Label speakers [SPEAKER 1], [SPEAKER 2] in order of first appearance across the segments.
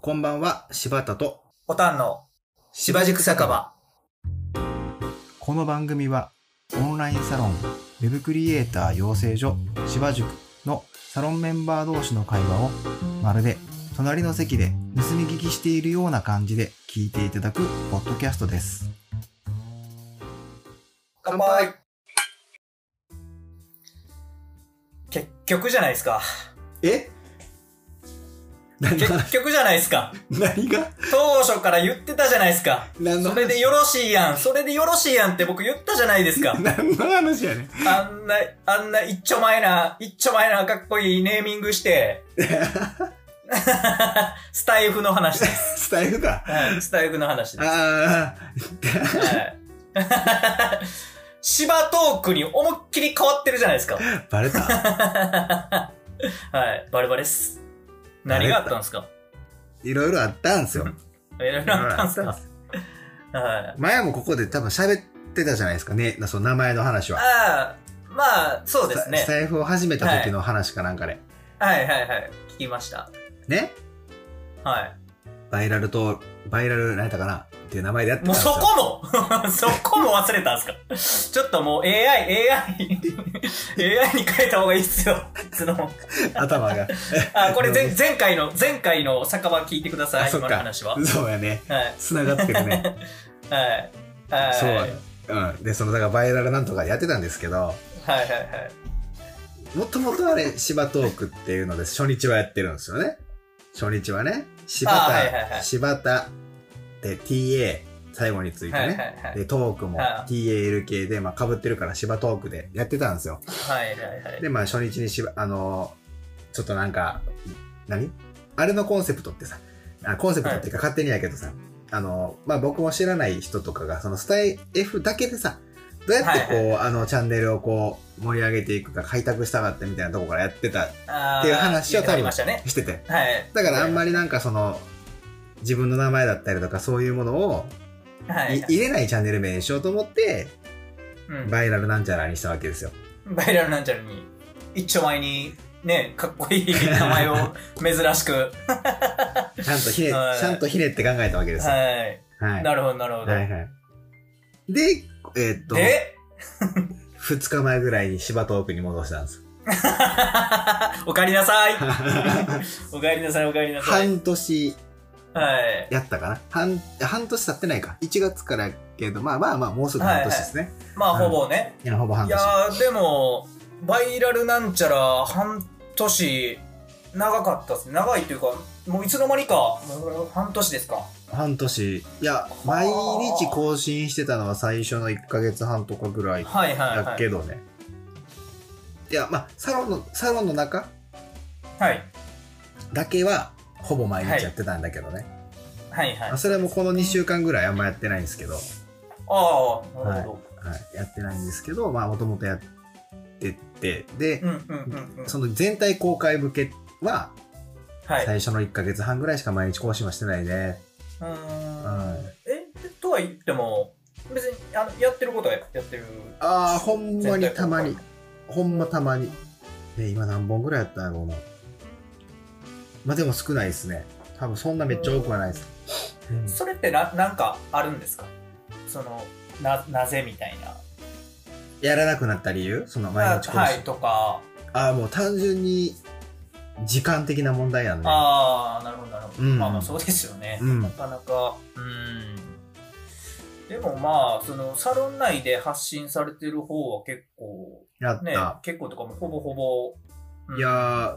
[SPEAKER 1] こんばんは、柴田と。
[SPEAKER 2] おたんの、芝塾酒場。
[SPEAKER 1] この番組は、オンラインサロン、ウェブクリエイター養成所、芝塾のサロンメンバー同士の会話を、まるで隣の席で盗み聞きしているような感じで聞いていただくポッドキャストです。
[SPEAKER 2] 乾杯結局じゃないですか。
[SPEAKER 1] え何の
[SPEAKER 2] 結
[SPEAKER 1] 話
[SPEAKER 2] 局じゃないですか。
[SPEAKER 1] 何が
[SPEAKER 2] 当初から言ってたじゃないです か。
[SPEAKER 1] 何の。
[SPEAKER 2] それでよろしいやん。それでよろしいやんって僕言ったじゃないですか
[SPEAKER 1] 何の話やねん。
[SPEAKER 2] あんな、あんな一丁前な、一丁前なかっこいいネーミング して。スタイフの話 です。
[SPEAKER 1] スタイルか。
[SPEAKER 2] はい、スタイフの話です。
[SPEAKER 1] あ
[SPEAKER 2] はい。芝トークに思いっきり変わってるじゃない ですか。
[SPEAKER 1] あ、バレた。
[SPEAKER 2] はい、バレバレっす。何があったんですか
[SPEAKER 1] いろいろあったんすよ。
[SPEAKER 2] いろいろあったんすかはい。
[SPEAKER 1] 前もここで多分喋ってたじゃないですかね。その名前の話は。
[SPEAKER 2] ああ、まあ、そうですね
[SPEAKER 1] ス。タイフを始めた時の話かなんかで。
[SPEAKER 2] はいはいはい。聞きました。
[SPEAKER 1] ね。
[SPEAKER 2] はい。
[SPEAKER 1] バイラルと、バイラル、何やったかなっていう名前でやってた
[SPEAKER 2] も
[SPEAKER 1] んで
[SPEAKER 2] う
[SPEAKER 1] す
[SPEAKER 2] そ
[SPEAKER 1] よ。
[SPEAKER 2] こもそこも忘れたんすかちょっともう AI、AI、AI に変えた方がいいっすよ。その、
[SPEAKER 1] 頭が。
[SPEAKER 2] あ、これ前前回の、前回の酒場聞いてくださ
[SPEAKER 1] あ
[SPEAKER 2] い、
[SPEAKER 1] そっ
[SPEAKER 2] 今の
[SPEAKER 1] か
[SPEAKER 2] 話は。。
[SPEAKER 1] そうやね。
[SPEAKER 2] はい。
[SPEAKER 1] 繋がってるね。
[SPEAKER 2] はい。 はい。
[SPEAKER 1] そう
[SPEAKER 2] はい
[SPEAKER 1] うん。で、その、だからバイラルなんとかやってたんですけど、
[SPEAKER 2] はいはい。
[SPEAKER 1] もともとあれ、芝トークっていうので、初日はやってるんですよね。初日はね。柴田、
[SPEAKER 2] あはいはいはい
[SPEAKER 1] 柴田で TA、最後についてね。
[SPEAKER 2] はいはいはい。
[SPEAKER 1] で、トークも
[SPEAKER 2] は
[SPEAKER 1] TAL 系で、まあ、被ってるから芝トークでやってたんですよ。
[SPEAKER 2] はいはいはい。
[SPEAKER 1] で、まあ、初日にしば、あのーちょっとなんか、何あれのコンセプトってさ、あコンセプトっていうか勝手にやけどさ、あのーまあ、僕も知らない人とかが、そのスタイ F だけでさ、どうやってこう、
[SPEAKER 2] は
[SPEAKER 1] あの、チャンネルをこう、盛り上げていくか、開拓したかったみたいなとこからやってた、
[SPEAKER 2] っ
[SPEAKER 1] っていう話を多分
[SPEAKER 2] りましたね。
[SPEAKER 1] してて。
[SPEAKER 2] はい。
[SPEAKER 1] だからあんま
[SPEAKER 2] り、
[SPEAKER 1] りなんかその、自分の名前だったりとか、そういうものを、
[SPEAKER 2] はい
[SPEAKER 1] い入れないチャンネル名にしようと思って、
[SPEAKER 2] うんバ
[SPEAKER 1] バイラルなんちゃらにしたわけですよ。
[SPEAKER 2] イラルなんちゃらに、一丁前に、ね、かっこいい名 前を珍しく。
[SPEAKER 1] ちゃんとひね、ち
[SPEAKER 2] はい
[SPEAKER 1] ゃんとひねって考えたわけですよ。
[SPEAKER 2] は。
[SPEAKER 1] はいい。
[SPEAKER 2] なるほど、なるほど。
[SPEAKER 1] はいはい。で、えーっと、
[SPEAKER 2] で、
[SPEAKER 1] 2日前ぐらいに芝トークに戻したん です。
[SPEAKER 2] おかえりなさい。 おかえりなさい、おかえりなさい。
[SPEAKER 1] 半年
[SPEAKER 2] はい。
[SPEAKER 1] やったかな半、半年経ってないか。1月からやけど、まあまあまあ、もうすぐ半年ですね。い
[SPEAKER 2] まあ、ほぼね。
[SPEAKER 1] や、ほぼ半
[SPEAKER 2] い
[SPEAKER 1] 年
[SPEAKER 2] や。ー、でも、バイラルなんちゃら、半年、長かったですね。長いというか、もういつの間にか、もう半年ですか。
[SPEAKER 1] 半年。いや、毎日更新してたのは最初の1ヶ月半とかぐらい
[SPEAKER 2] はいはい
[SPEAKER 1] だ
[SPEAKER 2] は
[SPEAKER 1] け
[SPEAKER 2] い。
[SPEAKER 1] どね。いや、まあ、サロンの、サロンの中
[SPEAKER 2] はい。
[SPEAKER 1] だけは、ほぼ毎日やってたんだけどね。
[SPEAKER 2] はいはい
[SPEAKER 1] まあ。それもこの2週間ぐらいあんまやってないんですけど。
[SPEAKER 2] ああ、なるほど。
[SPEAKER 1] はい、やってないんですけど、まあ、もともとやってて、で
[SPEAKER 2] う、んうんうんうん。
[SPEAKER 1] その全体公開向けは、
[SPEAKER 2] はい。
[SPEAKER 1] 最初の1ヶ月半ぐらいしか毎日更新はしてないね。
[SPEAKER 2] うーん。
[SPEAKER 1] はい、
[SPEAKER 2] え、とは言っても、別にあのやってることはやってる。
[SPEAKER 1] ああ、ほんまに
[SPEAKER 2] 全体公開
[SPEAKER 1] たまに。ほんまたまに。え、今何本ぐらいやったんやろうな。まあ、でも少ないですね。多分そんなめっちゃ多くはないです。うん
[SPEAKER 2] それってななんかあるんですかそのな、なぜみたいな。
[SPEAKER 1] やらなくなった理由その毎日更新。
[SPEAKER 2] はい、とか。
[SPEAKER 1] ああ、もう単純に時間的な問題なんで。
[SPEAKER 2] ああ、なるほど、なるほど。
[SPEAKER 1] うん
[SPEAKER 2] まあまあ、そうですよね。
[SPEAKER 1] うん
[SPEAKER 2] なかなか。うん。でもまあ、その、サロン内で発信されてる方は結構、
[SPEAKER 1] やった。
[SPEAKER 2] ね、結構とかもほぼほぼ、うん
[SPEAKER 1] いや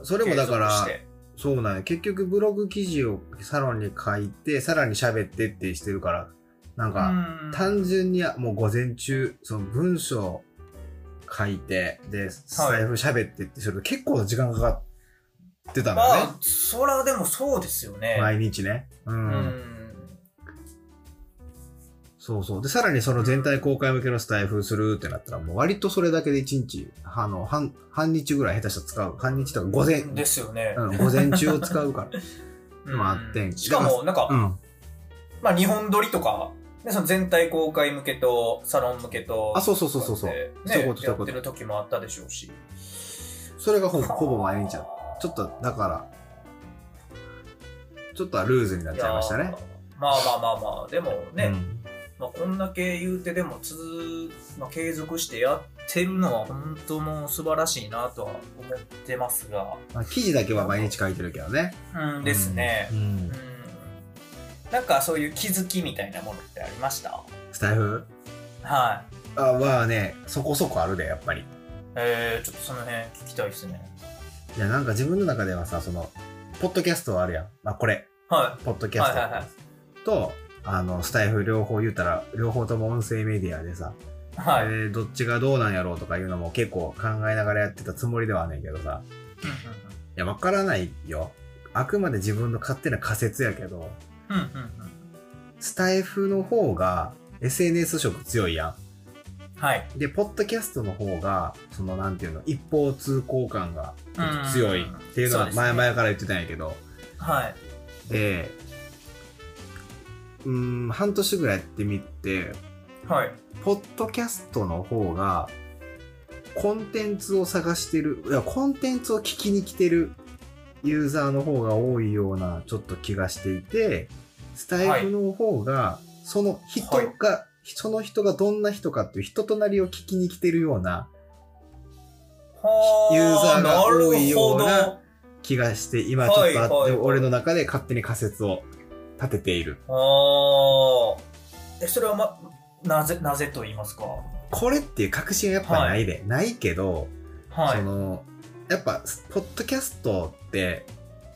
[SPEAKER 1] ー、それもだから、
[SPEAKER 2] 継続して
[SPEAKER 1] そうなんや。結局ブログ記事をサロンに書いて、さらに喋ってってしてるから、なんか、
[SPEAKER 2] うん
[SPEAKER 1] 単純にもう午前中、その文章書いて、で、スタイフ喋ってってすると結構時間かかってたの
[SPEAKER 2] ま
[SPEAKER 1] ね
[SPEAKER 2] あ。、そらでもそうですよね。
[SPEAKER 1] 毎日ね。う。
[SPEAKER 2] うんん。
[SPEAKER 1] そうそう。で、さらにその全体公開向けのスタイフするってなったら、もう割とそれだけで1日、あの、半、半日ぐらい下手したら使う。半日とか午前、
[SPEAKER 2] ですよね。
[SPEAKER 1] うん、午前中を使う から。
[SPEAKER 2] うん
[SPEAKER 1] まああってん
[SPEAKER 2] しかも、なんか、
[SPEAKER 1] うん。
[SPEAKER 2] まあ、日本撮りとか、ね、その全体公開向けと、サロン向けと、
[SPEAKER 1] あ、そうそうそうそうそう。
[SPEAKER 2] ね、
[SPEAKER 1] そういうことそうい
[SPEAKER 2] や
[SPEAKER 1] うこ
[SPEAKER 2] っ
[SPEAKER 1] と
[SPEAKER 2] てる時もあったでしょうし。
[SPEAKER 1] それがほぼほぼ毎日だったちょっとだからちょっとはルーズになっちゃいました
[SPEAKER 2] や
[SPEAKER 1] ね。
[SPEAKER 2] ーまあまあまあまあでもね、
[SPEAKER 1] うん
[SPEAKER 2] まあ、こんだけ言うてでも続、まあ、継続してやってるのは本当もう素晴らしいなとは思ってますが
[SPEAKER 1] まあ、記事だけは毎日書いてるけどね。
[SPEAKER 2] うんですね
[SPEAKER 1] う、ん
[SPEAKER 2] うんなんかそういう気づきみたいなものってありました
[SPEAKER 1] スタイフ
[SPEAKER 2] は
[SPEAKER 1] あまあね、そこそこあるで、やっぱり。
[SPEAKER 2] いえー、ちょっとその辺聞きたいですね
[SPEAKER 1] いや、なんか自分の中ではさ、その、ポッドキャストはあるやん。まあ、これ、
[SPEAKER 2] はい
[SPEAKER 1] ポッドキャスト、
[SPEAKER 2] はいはいはい
[SPEAKER 1] と、あの、スタイフ両方言うたら、両方とも音声メディアでさ、
[SPEAKER 2] はい、
[SPEAKER 1] えーどっちがどうなんやろうとかいうのも結構考えながらやってたつもりではあんねんけどさ、いや、わからないよ。あくまで自分の勝手な仮説やけど、
[SPEAKER 2] うんうんうんうんうん
[SPEAKER 1] スタイフの方が SNS 色強いや
[SPEAKER 2] うんはい
[SPEAKER 1] ん。で、ポッドキャストの方が、そのなんていうの、一方通行感が
[SPEAKER 2] うん
[SPEAKER 1] 強いっていうの
[SPEAKER 2] そう
[SPEAKER 1] は
[SPEAKER 2] です
[SPEAKER 1] 前
[SPEAKER 2] ね
[SPEAKER 1] 々から言ってたんやけど、
[SPEAKER 2] はい
[SPEAKER 1] で、うーん、半年ぐらいやってみて、
[SPEAKER 2] はい
[SPEAKER 1] ポッドキャストの方が、コンテンツを探してる、いや、コンテンツを聞きに来てるユーザーの方が多いような、ちょっと気がしていて、スタイフの方が、その人が、その人がどんな人かっていう人となりを聞きに来てるような
[SPEAKER 2] は
[SPEAKER 1] ユーザーが多いような
[SPEAKER 2] るほど
[SPEAKER 1] 気がして、今ちょっとあって、
[SPEAKER 2] はいはいはい
[SPEAKER 1] 俺の中で勝手に仮説を立てている。
[SPEAKER 2] ああ。え、それはま、なぜ、なぜと言いますか。
[SPEAKER 1] これっていう確信はやっぱないで、ないけど、
[SPEAKER 2] はい
[SPEAKER 1] そ。のやっぱポッドキャストって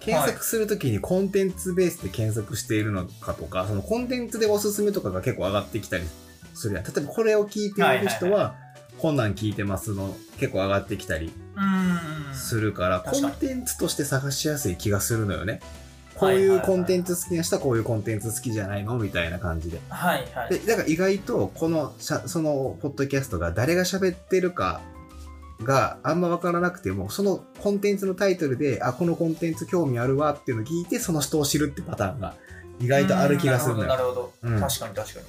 [SPEAKER 1] 検索するときにコンテンツベースで検索しているのかとかそのコンテンツでおすすめとかが結構上がってきたりするやん例えばこれを聞いている人
[SPEAKER 2] はいは
[SPEAKER 1] はこんなん聞いてますの結構上がってきたり
[SPEAKER 2] うーん。
[SPEAKER 1] するから、
[SPEAKER 2] 確
[SPEAKER 1] コ
[SPEAKER 2] か
[SPEAKER 1] ン
[SPEAKER 2] に
[SPEAKER 1] テンツとして探しやすい気がするのよねこう
[SPEAKER 2] はい
[SPEAKER 1] い
[SPEAKER 2] はいうはい
[SPEAKER 1] コンテンツ好きな人はこういうコンテンツ好きじゃないのみたいな感じで
[SPEAKER 2] はいはい。
[SPEAKER 1] でだから意外とこのしゃそのポッドキャストが誰が喋ってるかがあんま分からなくてもそのコンテンツのタイトルであこのコンテンツ興味あるわっていうのを聞いてその人を知るってパターンが意外とある気がするの
[SPEAKER 2] うんな
[SPEAKER 1] よ
[SPEAKER 2] るほど、な
[SPEAKER 1] う
[SPEAKER 2] る
[SPEAKER 1] ん
[SPEAKER 2] ほど。確かに確かに。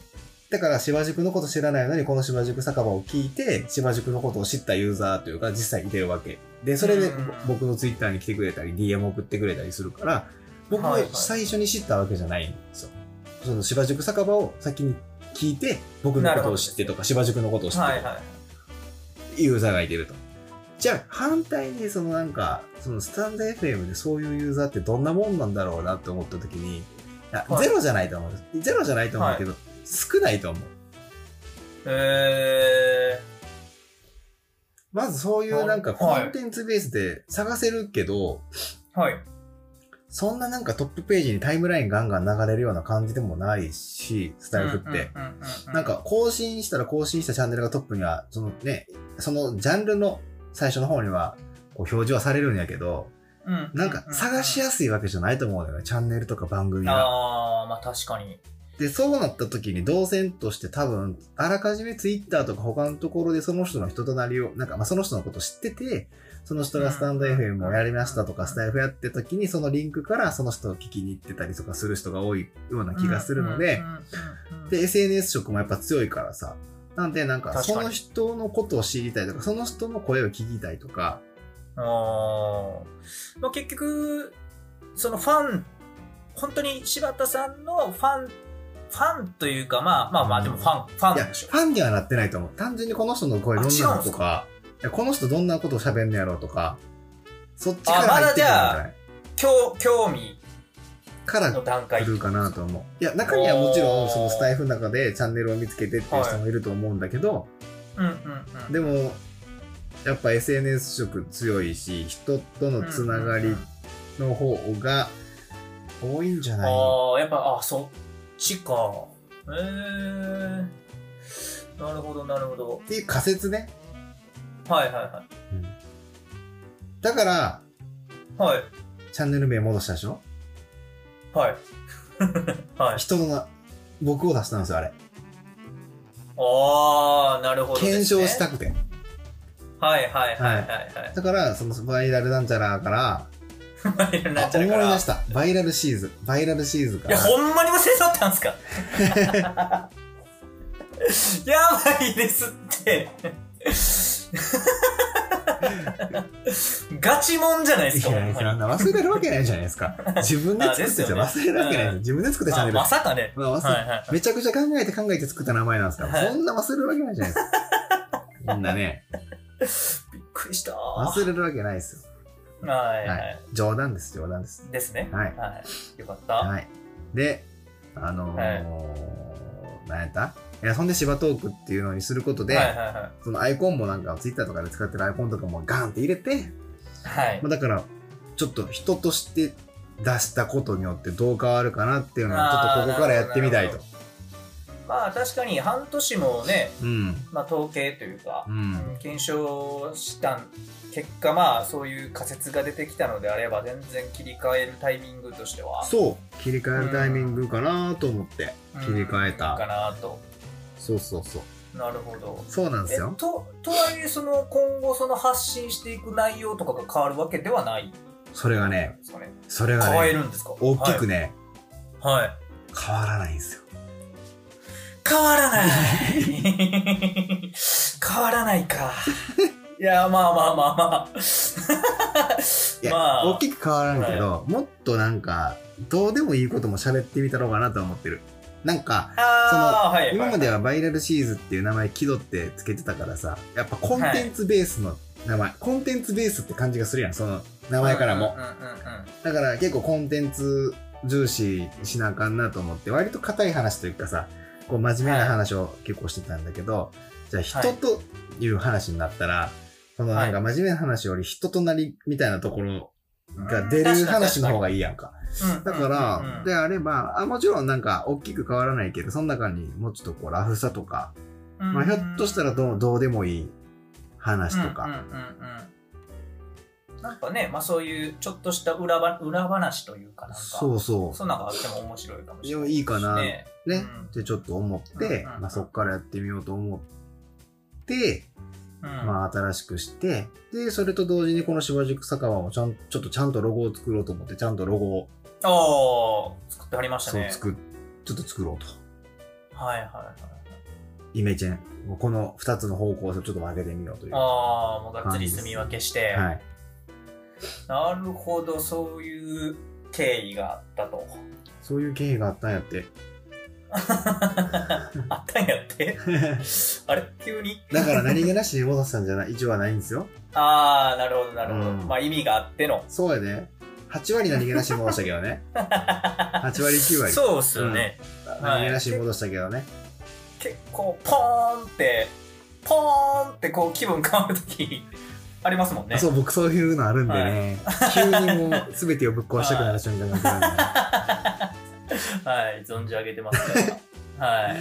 [SPEAKER 1] だから芝塾のこと知らないのにこの芝塾酒場を聞いて芝塾のことを知ったユーザーというか実際いてるわけでそれで
[SPEAKER 2] うん
[SPEAKER 1] 僕のツイッターに来てくれたり DM 送ってくれたりするから僕も
[SPEAKER 2] はいはい
[SPEAKER 1] 最初に知ったわけじゃないんですよその芝塾酒場を先に聞いて僕の
[SPEAKER 2] な
[SPEAKER 1] こ
[SPEAKER 2] る
[SPEAKER 1] と
[SPEAKER 2] ほ
[SPEAKER 1] を
[SPEAKER 2] ど
[SPEAKER 1] 知ってとか芝塾のことを知ってとか
[SPEAKER 2] はいはい。
[SPEAKER 1] ユーザーがいてると。じゃあ反対にそのなんかそのスタンド FM でそういうユーザーってどんなもんなんだろうなって思った時にあ
[SPEAKER 2] はい
[SPEAKER 1] ゼロじゃないと思うゼロじゃないと思うけど、少ないと思う
[SPEAKER 2] え
[SPEAKER 1] まずそういうなんかコ
[SPEAKER 2] はい
[SPEAKER 1] ンテンツベースで探せるけど、
[SPEAKER 2] ー。はい。
[SPEAKER 1] そんななんかトップページにタイムラインガンガン流れるような感じでもないしスタイフって、
[SPEAKER 2] うんうんうんうん。
[SPEAKER 1] なん、か更新したら更新したチャンネルがトップにはそのねそのジャンルの最初の方にはこう表示はされるんやけど
[SPEAKER 2] うんうんう
[SPEAKER 1] なんか探しやすいわけじゃないと思うのよねチャンネルとか番組が。
[SPEAKER 2] ああ、まあ確かに。
[SPEAKER 1] でそうなった時に動線として多分あらかじめ Twitter とか他のところでその人の人となりをなんかまあその人のこと知っててその人がスタンド
[SPEAKER 2] うん
[SPEAKER 1] FM をやりましたとか
[SPEAKER 2] うん
[SPEAKER 1] スタイフやってた時にそのリンクからその人を聞きに行ってたりとかする人が多いような気がするので、
[SPEAKER 2] うんうんうんうん
[SPEAKER 1] で SNS 色もやっぱ強いからさなんでなんか
[SPEAKER 2] 確か
[SPEAKER 1] そ
[SPEAKER 2] に
[SPEAKER 1] の人のことを知りたいとかその人の声を聞きたいとか
[SPEAKER 2] あーまあ、結局そのファン本当に柴田さんのファンファンというかまあまあまあでもファン、ファン
[SPEAKER 1] いや
[SPEAKER 2] なんでし
[SPEAKER 1] フ
[SPEAKER 2] ょ
[SPEAKER 1] ァンにはなってないと思う単純にこの人の声どんな
[SPEAKER 2] あ違うん
[SPEAKER 1] の
[SPEAKER 2] す
[SPEAKER 1] と
[SPEAKER 2] か
[SPEAKER 1] かいやこの人どんなことを喋んのやろうとかそっちから
[SPEAKER 2] あまだ
[SPEAKER 1] 入ってくるんじゃない
[SPEAKER 2] 興興味
[SPEAKER 1] から
[SPEAKER 2] の段階
[SPEAKER 1] 来るかなと思ういや中にはもちろんそのスタイフの中でチャンネルを見つけてっていう人もいると思うんだけど、
[SPEAKER 2] うんうんうん
[SPEAKER 1] でもやっぱ SNS 色強いし人とのつながりの方が多いんじゃない
[SPEAKER 2] ああやっぱあそっちかへえなるほどなるほど
[SPEAKER 1] っていう仮説ね、
[SPEAKER 2] はいはいは
[SPEAKER 1] だから
[SPEAKER 2] いはい
[SPEAKER 1] チャンネル名戻したでしょ
[SPEAKER 2] はい はい
[SPEAKER 1] 人のな僕を出したんですよあれ
[SPEAKER 2] ああなるほどですね、
[SPEAKER 1] 検証したくて
[SPEAKER 2] はいはいはいはい
[SPEAKER 1] だからそのバイラルなんちゃらから
[SPEAKER 2] はい な
[SPEAKER 1] あ
[SPEAKER 2] っちゃ
[SPEAKER 1] 思いう
[SPEAKER 2] から
[SPEAKER 1] 出したバイラルシーズバイラルシーズか
[SPEAKER 2] いや、
[SPEAKER 1] ら
[SPEAKER 2] ほんまに忘れ去ったんすか やばいですって。 ガチもんじゃないで
[SPEAKER 1] い
[SPEAKER 2] すか、ほ
[SPEAKER 1] や、
[SPEAKER 2] ん
[SPEAKER 1] そ
[SPEAKER 2] ま
[SPEAKER 1] ん
[SPEAKER 2] に
[SPEAKER 1] な忘れるわけないじゃないです か。自分で作ってちゃ
[SPEAKER 2] あです
[SPEAKER 1] 忘れるわけない。
[SPEAKER 2] うん
[SPEAKER 1] 自分で作ってチャン
[SPEAKER 2] あ
[SPEAKER 1] ネル。
[SPEAKER 2] まさかね。
[SPEAKER 1] まあ忘れ
[SPEAKER 2] はいはい。
[SPEAKER 1] めちゃくちゃ考えて考えて作った名前なんですから、
[SPEAKER 2] はい
[SPEAKER 1] そんな忘れるわけないじゃないですか。みんな ね、
[SPEAKER 2] びっくりした。は
[SPEAKER 1] 忘れるわけないですよ。
[SPEAKER 2] いはい、
[SPEAKER 1] はい冗談です、冗談です。
[SPEAKER 2] ですね。
[SPEAKER 1] はい
[SPEAKER 2] はい。よかった。
[SPEAKER 1] はい。で、あのー、なんやったいや、そんで芝トークっていうのにすることで、
[SPEAKER 2] はいはいは
[SPEAKER 1] そのアイコンもなんか、ツイッターとかで使ってるアイコンとかもガンって入れて、
[SPEAKER 2] い。はい
[SPEAKER 1] まあ、だから、ちょっと人として出したことによってどう変わるかなっていうのは、ちょっとここからやってみたいと
[SPEAKER 2] あーなる。まあ確かに半年もね、
[SPEAKER 1] うん。
[SPEAKER 2] まあ、統計というか
[SPEAKER 1] う、ん。
[SPEAKER 2] 検証した結果まあそういう仮説が出てきたのであれば全然切り替えるタイミングとしては
[SPEAKER 1] そう。切り替えるタイミングかなと思って。
[SPEAKER 2] うん
[SPEAKER 1] 切り替えた
[SPEAKER 2] かなと
[SPEAKER 1] そうそうそう。
[SPEAKER 2] なるほど
[SPEAKER 1] そうなんですよ
[SPEAKER 2] え。ととはいえその今後その発信していく内容とかが変わるわけではないんで
[SPEAKER 1] それがね、
[SPEAKER 2] すかね
[SPEAKER 1] それが
[SPEAKER 2] 変え
[SPEAKER 1] ね、
[SPEAKER 2] るんですか
[SPEAKER 1] 大きくね、
[SPEAKER 2] はい、はい
[SPEAKER 1] 変わらないんです よ。
[SPEAKER 2] 変わらない変わらない かいやまあまあまあまあ
[SPEAKER 1] いや、
[SPEAKER 2] まあ
[SPEAKER 1] 大きく変わらんけど、もっとなんか、どうでもいいことも喋ってみたろうかなとは思ってる。なんか、
[SPEAKER 2] あーはいはい
[SPEAKER 1] 今まではバイラルシーズっていう名前、気取ってつけてたからさ、やっぱコンテンツベースの名前、コンテンツベースって感じがするやん、その名前からも。
[SPEAKER 2] うんうんうんうん
[SPEAKER 1] だから結構コンテンツ重視しなあかんなと思って、割と硬い話というかさ、こう真面目な話を結構してたんだけど、じゃあ人という話になったら、そのなんか真面目な話より人となりみたいなところが出る話の方がいいやんか。
[SPEAKER 2] うん
[SPEAKER 1] だ
[SPEAKER 2] うんうんう
[SPEAKER 1] から、
[SPEAKER 2] ん
[SPEAKER 1] であれば、あもちろんなんか大きく変わらないけど、その中にもうちょっとこうラフさとか、まあ、ひょっとしたらどうどうでもいい話と
[SPEAKER 2] うんう
[SPEAKER 1] か、
[SPEAKER 2] んうんうんなんかね、まあ、そういうちょっとした裏ば裏話というかなんか
[SPEAKER 1] そうそう、
[SPEAKER 2] そんなのがあっても面白いかもしれない
[SPEAKER 1] いやいいかな
[SPEAKER 2] ね
[SPEAKER 1] ね、
[SPEAKER 2] うん
[SPEAKER 1] ってちょっと思って、
[SPEAKER 2] うんうん
[SPEAKER 1] まあ、そこからやってみようと思って、
[SPEAKER 2] うん
[SPEAKER 1] まあ、新しくしてでそれと同時にこの芝塾酒場もちゃんちょっとちゃんとロゴを作ろうと思ってちゃんとロゴを
[SPEAKER 2] おー作ってはりました
[SPEAKER 1] そう
[SPEAKER 2] ね
[SPEAKER 1] 作っちょっと作ろうと
[SPEAKER 2] はいはいはい
[SPEAKER 1] イメチェンもうこの2つの方向性をちょっと分けてみようというは
[SPEAKER 2] ああもうがっつり住み分けして、
[SPEAKER 1] い
[SPEAKER 2] なるほどそういう経緯があった と
[SPEAKER 1] そういう経緯があったんやって
[SPEAKER 2] あったんやってあれ急に
[SPEAKER 1] だから何気なしに戻したんじゃない一応はないんですよ
[SPEAKER 2] ああなるほどなるほど、
[SPEAKER 1] うん
[SPEAKER 2] まあ意味があっての
[SPEAKER 1] そうやで8割何気なしに戻したけどね8割9割
[SPEAKER 2] そうっすよね、
[SPEAKER 1] 何気なしに戻したけどね
[SPEAKER 2] 結構ポーンってポーンってこう気分変わる時 ありますもんね
[SPEAKER 1] そう僕そういうのあるんでね、急にもう全てをぶっ壊したくなる瞬間が来るんで、 ね、
[SPEAKER 2] はい存じ上げてますからはい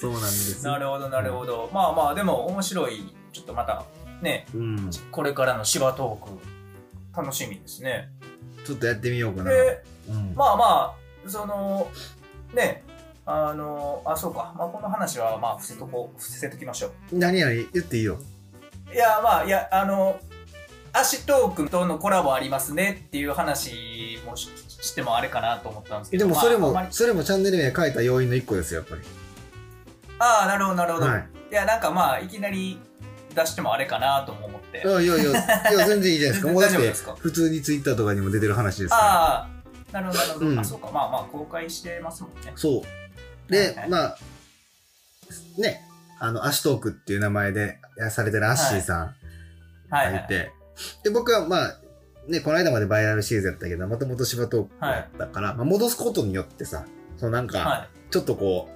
[SPEAKER 1] そうなんです
[SPEAKER 2] なるほどなるほど、まあまあでも面白いちょっとまたね
[SPEAKER 1] うん、ち
[SPEAKER 2] これからの芝トーク楽しみですね
[SPEAKER 1] ょっとやってみようかな、
[SPEAKER 2] で
[SPEAKER 1] うん
[SPEAKER 2] まあまあそのねあのあそうか、まあ、この話はまあ伏せとこう伏せときましょう
[SPEAKER 1] 何々言っていいよ
[SPEAKER 2] いやまあいやあのアシトークとのコラボありますねっていう話もししてもあれかなと思ったんですけ
[SPEAKER 1] で
[SPEAKER 2] ど
[SPEAKER 1] もそれも、
[SPEAKER 2] まああんまり
[SPEAKER 1] それもチャンネル名書いた要因の一個ですよやっぱり
[SPEAKER 2] ああなるほどなるほど、、
[SPEAKER 1] はいい
[SPEAKER 2] やなんかまあいきなり出してもあれかなとも思って、
[SPEAKER 1] いやいやいやいや全然いいじゃないですかもうだっ
[SPEAKER 2] 大丈夫
[SPEAKER 1] て
[SPEAKER 2] ですか
[SPEAKER 1] 普通にツイッターとかにも出てる話ですから
[SPEAKER 2] ああなるほどなるほど、
[SPEAKER 1] うん
[SPEAKER 2] あそうかまあまあ公開してますもんね
[SPEAKER 1] そうで、
[SPEAKER 2] はいはい
[SPEAKER 1] まあねあのアシトークっていう名前でやされてるアッシーさん、
[SPEAKER 2] はいは
[SPEAKER 1] 入っ
[SPEAKER 2] い
[SPEAKER 1] て、で僕はまあねこの間までバイラルシーズンやったけどもともと芝トークやったから、まあ、戻すことによってさそのなんか
[SPEAKER 2] は
[SPEAKER 1] ちょっとこ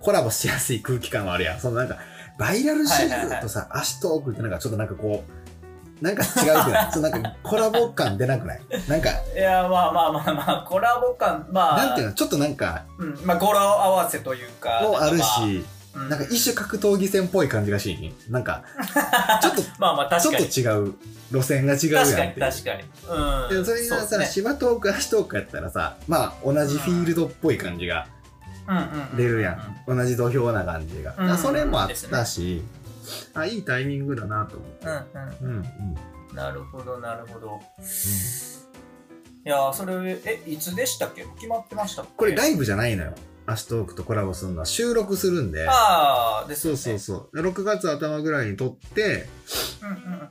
[SPEAKER 1] う、コラボしやすい空気感はあるやんそのなんかバイラルシーズンとさ、足トークってなんかちょっとなんかこうなんか 違うくないそうなんかコラボ感出なくないなんか
[SPEAKER 2] いいやまあまあまあまあコラボ感まあ
[SPEAKER 1] なんていうのちょっとなんか
[SPEAKER 2] うん、まあ語呂合わせというか
[SPEAKER 1] もある
[SPEAKER 2] ま
[SPEAKER 1] し
[SPEAKER 2] あう
[SPEAKER 1] なんか一種格闘技戦っぽい感じがしいなん かちょっと
[SPEAKER 2] まあまあ
[SPEAKER 1] ちょ
[SPEAKER 2] 確
[SPEAKER 1] っ
[SPEAKER 2] か
[SPEAKER 1] と
[SPEAKER 2] に
[SPEAKER 1] 違う路線が違うやんって
[SPEAKER 2] 確か
[SPEAKER 1] いう
[SPEAKER 2] に確かにうん
[SPEAKER 1] でもそれに
[SPEAKER 2] うです
[SPEAKER 1] さ、
[SPEAKER 2] ね
[SPEAKER 1] 芝トーク、足トークやったらさ、まあ同じフィールドっぽい感じが
[SPEAKER 2] うんうんうん
[SPEAKER 1] 出るやん。同じ土俵な感じが。だからそれもあったし、あ、いいタイミングだなと思って。
[SPEAKER 2] うんうん
[SPEAKER 1] うんうん。
[SPEAKER 2] なるほどなるほどいやーそれえいつでしたっけ決まってましたっけ
[SPEAKER 1] これライブじゃないのよ。アシトークとコラボするのは収録するんで、
[SPEAKER 2] ああ、です
[SPEAKER 1] そ
[SPEAKER 2] よ
[SPEAKER 1] う
[SPEAKER 2] ね。
[SPEAKER 1] そうそう。6月頭ぐらいに撮って、
[SPEAKER 2] うんうん。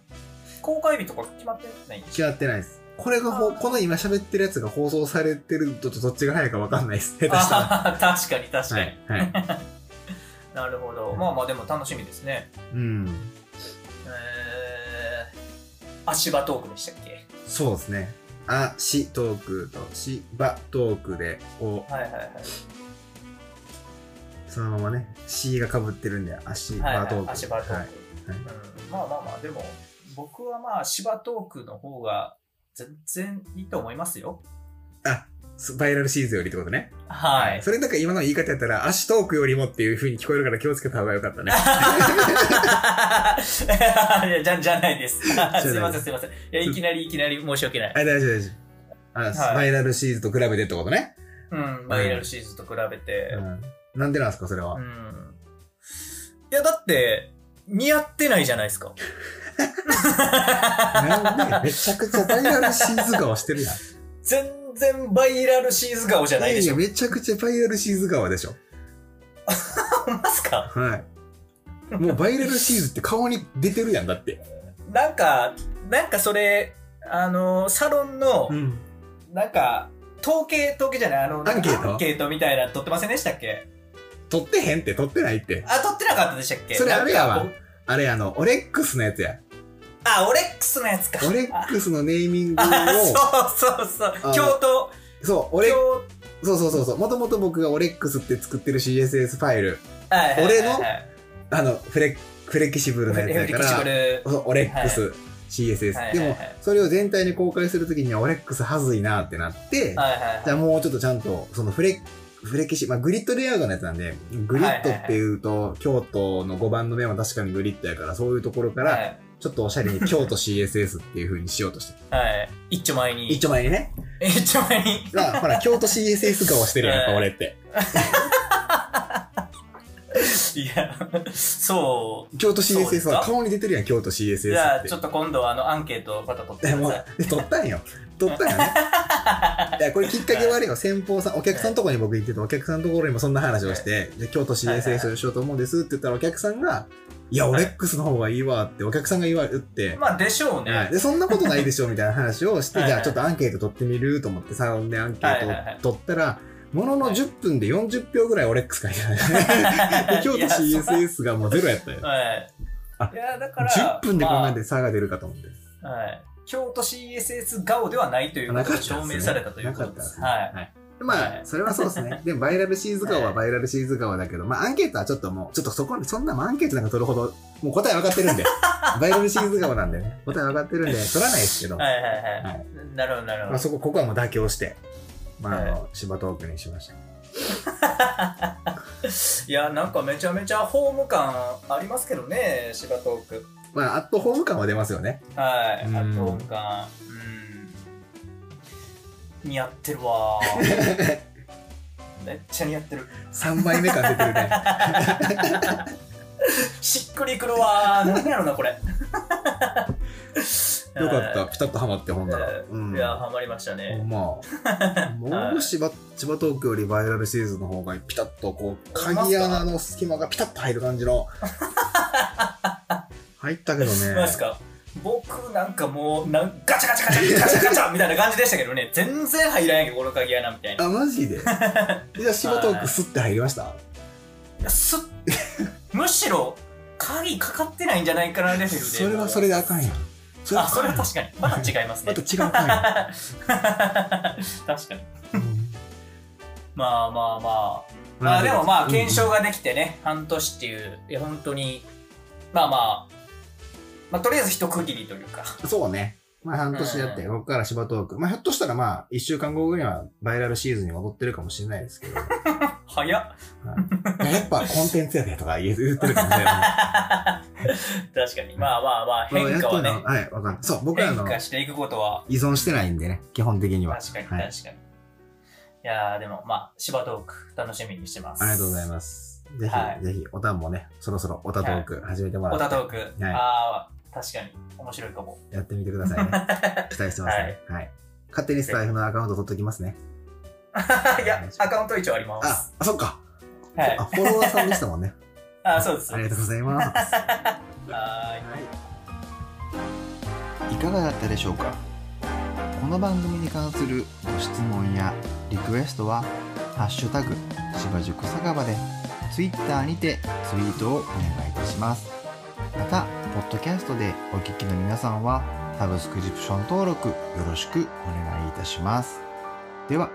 [SPEAKER 2] 公開日とか決まってないんです
[SPEAKER 1] 決まってないです。これがほ、この今喋ってるやつが放送されてるとどっちが早いか分かんない です。下手したら。
[SPEAKER 2] ああ、 確かに確か
[SPEAKER 1] は
[SPEAKER 2] に。
[SPEAKER 1] い。はい。
[SPEAKER 2] なるほど。まあまあ、でも楽しみですね。
[SPEAKER 1] うん。
[SPEAKER 2] えー、足場トークでしたっけ
[SPEAKER 1] そうですね。あ、し、トークと、し、ば、トークで、こ
[SPEAKER 2] はいはいはい。
[SPEAKER 1] う、そのままね、しが被ってるんで、あし、
[SPEAKER 2] はいは
[SPEAKER 1] ば、
[SPEAKER 2] い
[SPEAKER 1] トーク。
[SPEAKER 2] 足場トーク、
[SPEAKER 1] はい。はい
[SPEAKER 2] うん、まあまあまあでも僕はまあ芝トークの方が全然いいと思いますよ
[SPEAKER 1] あ、スバイラルシーズンよりってことね。
[SPEAKER 2] はい、
[SPEAKER 1] それなんか今の言い方やったら、足トークよりもっていう風に聞こえるから気をつけた方がよか ったね。
[SPEAKER 2] いやじ ゃじゃないですすいま
[SPEAKER 1] ない
[SPEAKER 2] せんすいませんいやいきなりいきなり申し訳ない、
[SPEAKER 1] あ、大丈夫、大丈夫。あ、
[SPEAKER 2] はい
[SPEAKER 1] バイラルシーズンと比べてってことね。
[SPEAKER 2] うん、バイラルシーズンと比べて
[SPEAKER 1] うん。なんでなんですか、それは。
[SPEAKER 2] うん、いやだって似合ってないじゃないですか
[SPEAKER 1] なんでめちゃくちゃバイラルシーズン顔してるやん。
[SPEAKER 2] 全然バイラルシーズン顔じゃないでしょ
[SPEAKER 1] ややめちゃくちゃバイラルシーズン顔でしょ。
[SPEAKER 2] ほんますか
[SPEAKER 1] はい。もうバイラルシーズンって顔に出てるやんだって。
[SPEAKER 2] なんかなんかそれあのサロンの、
[SPEAKER 1] ん。
[SPEAKER 2] なんか、統計、統計じゃない、あの、な
[SPEAKER 1] アン
[SPEAKER 2] んか
[SPEAKER 1] ケート
[SPEAKER 2] アンケートみたいなの取ってませんでしたっけ
[SPEAKER 1] 撮ってへんって撮ってないって。
[SPEAKER 2] あ、取ってなかったでしたっけ
[SPEAKER 1] それあれやわ
[SPEAKER 2] なんかこう
[SPEAKER 1] あれあの、オレックスのやつ や。
[SPEAKER 2] あ、オレックスのやつか。
[SPEAKER 1] オレックスのネーミングを、
[SPEAKER 2] あ、そうそうそ
[SPEAKER 1] あ
[SPEAKER 2] う。京都、
[SPEAKER 1] そう、オレ
[SPEAKER 2] 京、
[SPEAKER 1] そうそうそうそう。もともと僕がオレックスって作ってる CSS ファイル、
[SPEAKER 2] はいはいはい
[SPEAKER 1] 俺のあの、フレ、フレキシブルな
[SPEAKER 2] はい
[SPEAKER 1] や
[SPEAKER 2] フ
[SPEAKER 1] つ
[SPEAKER 2] リ
[SPEAKER 1] や
[SPEAKER 2] キ
[SPEAKER 1] か
[SPEAKER 2] シブ
[SPEAKER 1] ら、
[SPEAKER 2] ル。
[SPEAKER 1] そうオレックス、
[SPEAKER 2] はい
[SPEAKER 1] CSS。
[SPEAKER 2] はい
[SPEAKER 1] で
[SPEAKER 2] はい
[SPEAKER 1] も、それを全体に公開するときにはオレックスはずいなってなって、
[SPEAKER 2] はいはい
[SPEAKER 1] じ
[SPEAKER 2] は
[SPEAKER 1] ゃ
[SPEAKER 2] い。
[SPEAKER 1] あもうちょっとちゃんと、そのフレ、フレキシ、まあグリッドレイアウトのやつなんで、グリッドっていうと、京都の5番の目は確かにグリッドやから、そういうところか
[SPEAKER 2] は
[SPEAKER 1] ら、
[SPEAKER 2] い。
[SPEAKER 1] ちょっとおしゃれに京都 CSS っていう風にしようとして。
[SPEAKER 2] はい。一丁前に。
[SPEAKER 1] 一丁前にね。
[SPEAKER 2] 一丁前に。
[SPEAKER 1] まあ、ほら、京都 CSS 顔してるやん、やっぱ
[SPEAKER 2] はい
[SPEAKER 1] 俺って。
[SPEAKER 2] いや、そう。
[SPEAKER 1] 京都
[SPEAKER 2] そうです
[SPEAKER 1] CSS
[SPEAKER 2] か
[SPEAKER 1] は顔に出てるやん、京都 CSS って。
[SPEAKER 2] じゃあ、ちょっと今度はあの、アンケートまた取って
[SPEAKER 1] で
[SPEAKER 2] く
[SPEAKER 1] も
[SPEAKER 2] ださい。
[SPEAKER 1] で撮ったんよ。撮ったんよね。いや、これきっかけ悪いよ。先方さん、お客さんのところに僕行ってて、お客さんのところにもそんな話をして、じゃあ京都
[SPEAKER 2] はいはい
[SPEAKER 1] CSS しようと思うんですって言ったら、お客さんが、いや、オ
[SPEAKER 2] はい
[SPEAKER 1] レックスの方がいいわって、お客さんが言われって、
[SPEAKER 2] まあ、でしょうね。
[SPEAKER 1] はいで、そんなことないでしょみたいな話をして、
[SPEAKER 2] はい
[SPEAKER 1] じ
[SPEAKER 2] はい
[SPEAKER 1] ゃあちょっとアンケート取ってみると思って、サロンでアンケ
[SPEAKER 2] はいはいは
[SPEAKER 1] ー
[SPEAKER 2] い
[SPEAKER 1] ト取ったら、ものの
[SPEAKER 2] はい
[SPEAKER 1] 10分で40票ぐらいオレックス書いて たで京都
[SPEAKER 2] いやそ
[SPEAKER 1] CSS がもうゼロやったよ。
[SPEAKER 2] はい。いや、だから。
[SPEAKER 1] 10分でこんなん
[SPEAKER 2] ま
[SPEAKER 1] で差が出るかと思って。
[SPEAKER 2] あはい。京都 CSS 顔ではないということが証明されたということです。
[SPEAKER 1] なか
[SPEAKER 2] はい
[SPEAKER 1] った。まあ、
[SPEAKER 2] はい
[SPEAKER 1] それはそうです ね。でも、バイラルシーズ顔はバイラルシーズ顔だけど、まあ、アンケートはちょっともう、ちょっとそこに、そんなもんアンケートなんか取るほど、もう答え分かってるん で、バイラルシーズ顔なんでね、答え分かってるんで、取らないですけど、
[SPEAKER 2] はいはいはい。
[SPEAKER 1] は
[SPEAKER 2] なるほどなるほ
[SPEAKER 1] まあ、
[SPEAKER 2] ど。
[SPEAKER 1] そこ、ここはもう妥協して、まあ、あの、芝トークにしました。
[SPEAKER 2] いや、なんかめちゃめちゃホーム感ありますけどね、芝トーク。
[SPEAKER 1] まあ、アットホーム感は出ますよね。
[SPEAKER 2] はい。
[SPEAKER 1] うん
[SPEAKER 2] あとホーム感。うん。似合ってる わー。めっちゃ似合ってる。
[SPEAKER 1] 3枚目感出てる ね。
[SPEAKER 2] しっくりくるわー。何やろな、これ。
[SPEAKER 1] よかった、ピタッとハマって、ほんなら。
[SPEAKER 2] えー
[SPEAKER 1] うん。
[SPEAKER 2] いや、ハマりましたね。
[SPEAKER 1] ほんまあ、もう芝、芝トークよりバイラルシーズの方がピタッとこう、鍵穴の隙間がピタッと入る感じの。 入ったけどね。
[SPEAKER 2] なんすか僕なんかもうなんガチャガチャガチャガチャガチャみたいな感じでしたけどね全然入らんやんけこの鍵穴みたいな
[SPEAKER 1] あ、マジ でじゃあ芝トークスッて入りました
[SPEAKER 2] いやすっ むしろ鍵かかってないんじゃないかなレベルで
[SPEAKER 1] それはそれであかんやん。そ
[SPEAKER 2] あそれは
[SPEAKER 1] ま
[SPEAKER 2] 確かにまた違いま すね
[SPEAKER 1] た違うあかんや
[SPEAKER 2] 確かに
[SPEAKER 1] んうん
[SPEAKER 2] まあまあまあまあでもまあ検証ができてね、半年っていういや本当にまあまあまあとりあえず一区切りというか
[SPEAKER 1] そうね。まあ半年やって、
[SPEAKER 2] う
[SPEAKER 1] ここから芝トーク。まあひょっとしたらまあ、一週間後ぐらいにはバイラルシーズンに戻ってるかもしれない ですけど。はい
[SPEAKER 2] 早っ
[SPEAKER 1] いややっぱコンテンツやでとか言う言ってるかもしれない。
[SPEAKER 2] 確かにまあまあまあ
[SPEAKER 1] まあ
[SPEAKER 2] 変化は
[SPEAKER 1] やっ
[SPEAKER 2] ね
[SPEAKER 1] てんのはい、わかんない。そう、僕ら
[SPEAKER 2] 変
[SPEAKER 1] の
[SPEAKER 2] 化していくことは
[SPEAKER 1] 依存してないんでね、基本的には。
[SPEAKER 2] 確かに確か
[SPEAKER 1] は
[SPEAKER 2] に、
[SPEAKER 1] い。
[SPEAKER 2] い、やーでもまあ芝トーク楽しみにしてます
[SPEAKER 1] ありがとうござい
[SPEAKER 2] す
[SPEAKER 1] ます。ぜひ、
[SPEAKER 2] はい
[SPEAKER 1] ぜひ、おたんもね、そろそろおたトーク始めてもら
[SPEAKER 2] オ
[SPEAKER 1] って、
[SPEAKER 2] タトーク、
[SPEAKER 1] はい
[SPEAKER 2] ああ確かに面白いかも
[SPEAKER 1] やってみてくださいね。期待してますね。はい。勝手にスタイフのアカウント取っときますね。
[SPEAKER 2] いや、アカウント一応ありま
[SPEAKER 1] あ
[SPEAKER 2] す。、
[SPEAKER 1] あそっか。
[SPEAKER 2] はい
[SPEAKER 1] あ、。フォロワーさんでしたもんね。
[SPEAKER 2] あ、そうです。
[SPEAKER 1] あ
[SPEAKER 2] は
[SPEAKER 1] りがとうございます。
[SPEAKER 2] ーい。
[SPEAKER 1] いかがだったでしょうかこの番組に関するご質問やリクエストは「ハッシュタグ芝塾酒場」で Twitter にてツイートをお願いいたしますまたポッドキャストでお聞きの皆さんはサブスクリプション登録よろしくお願いいたしますでは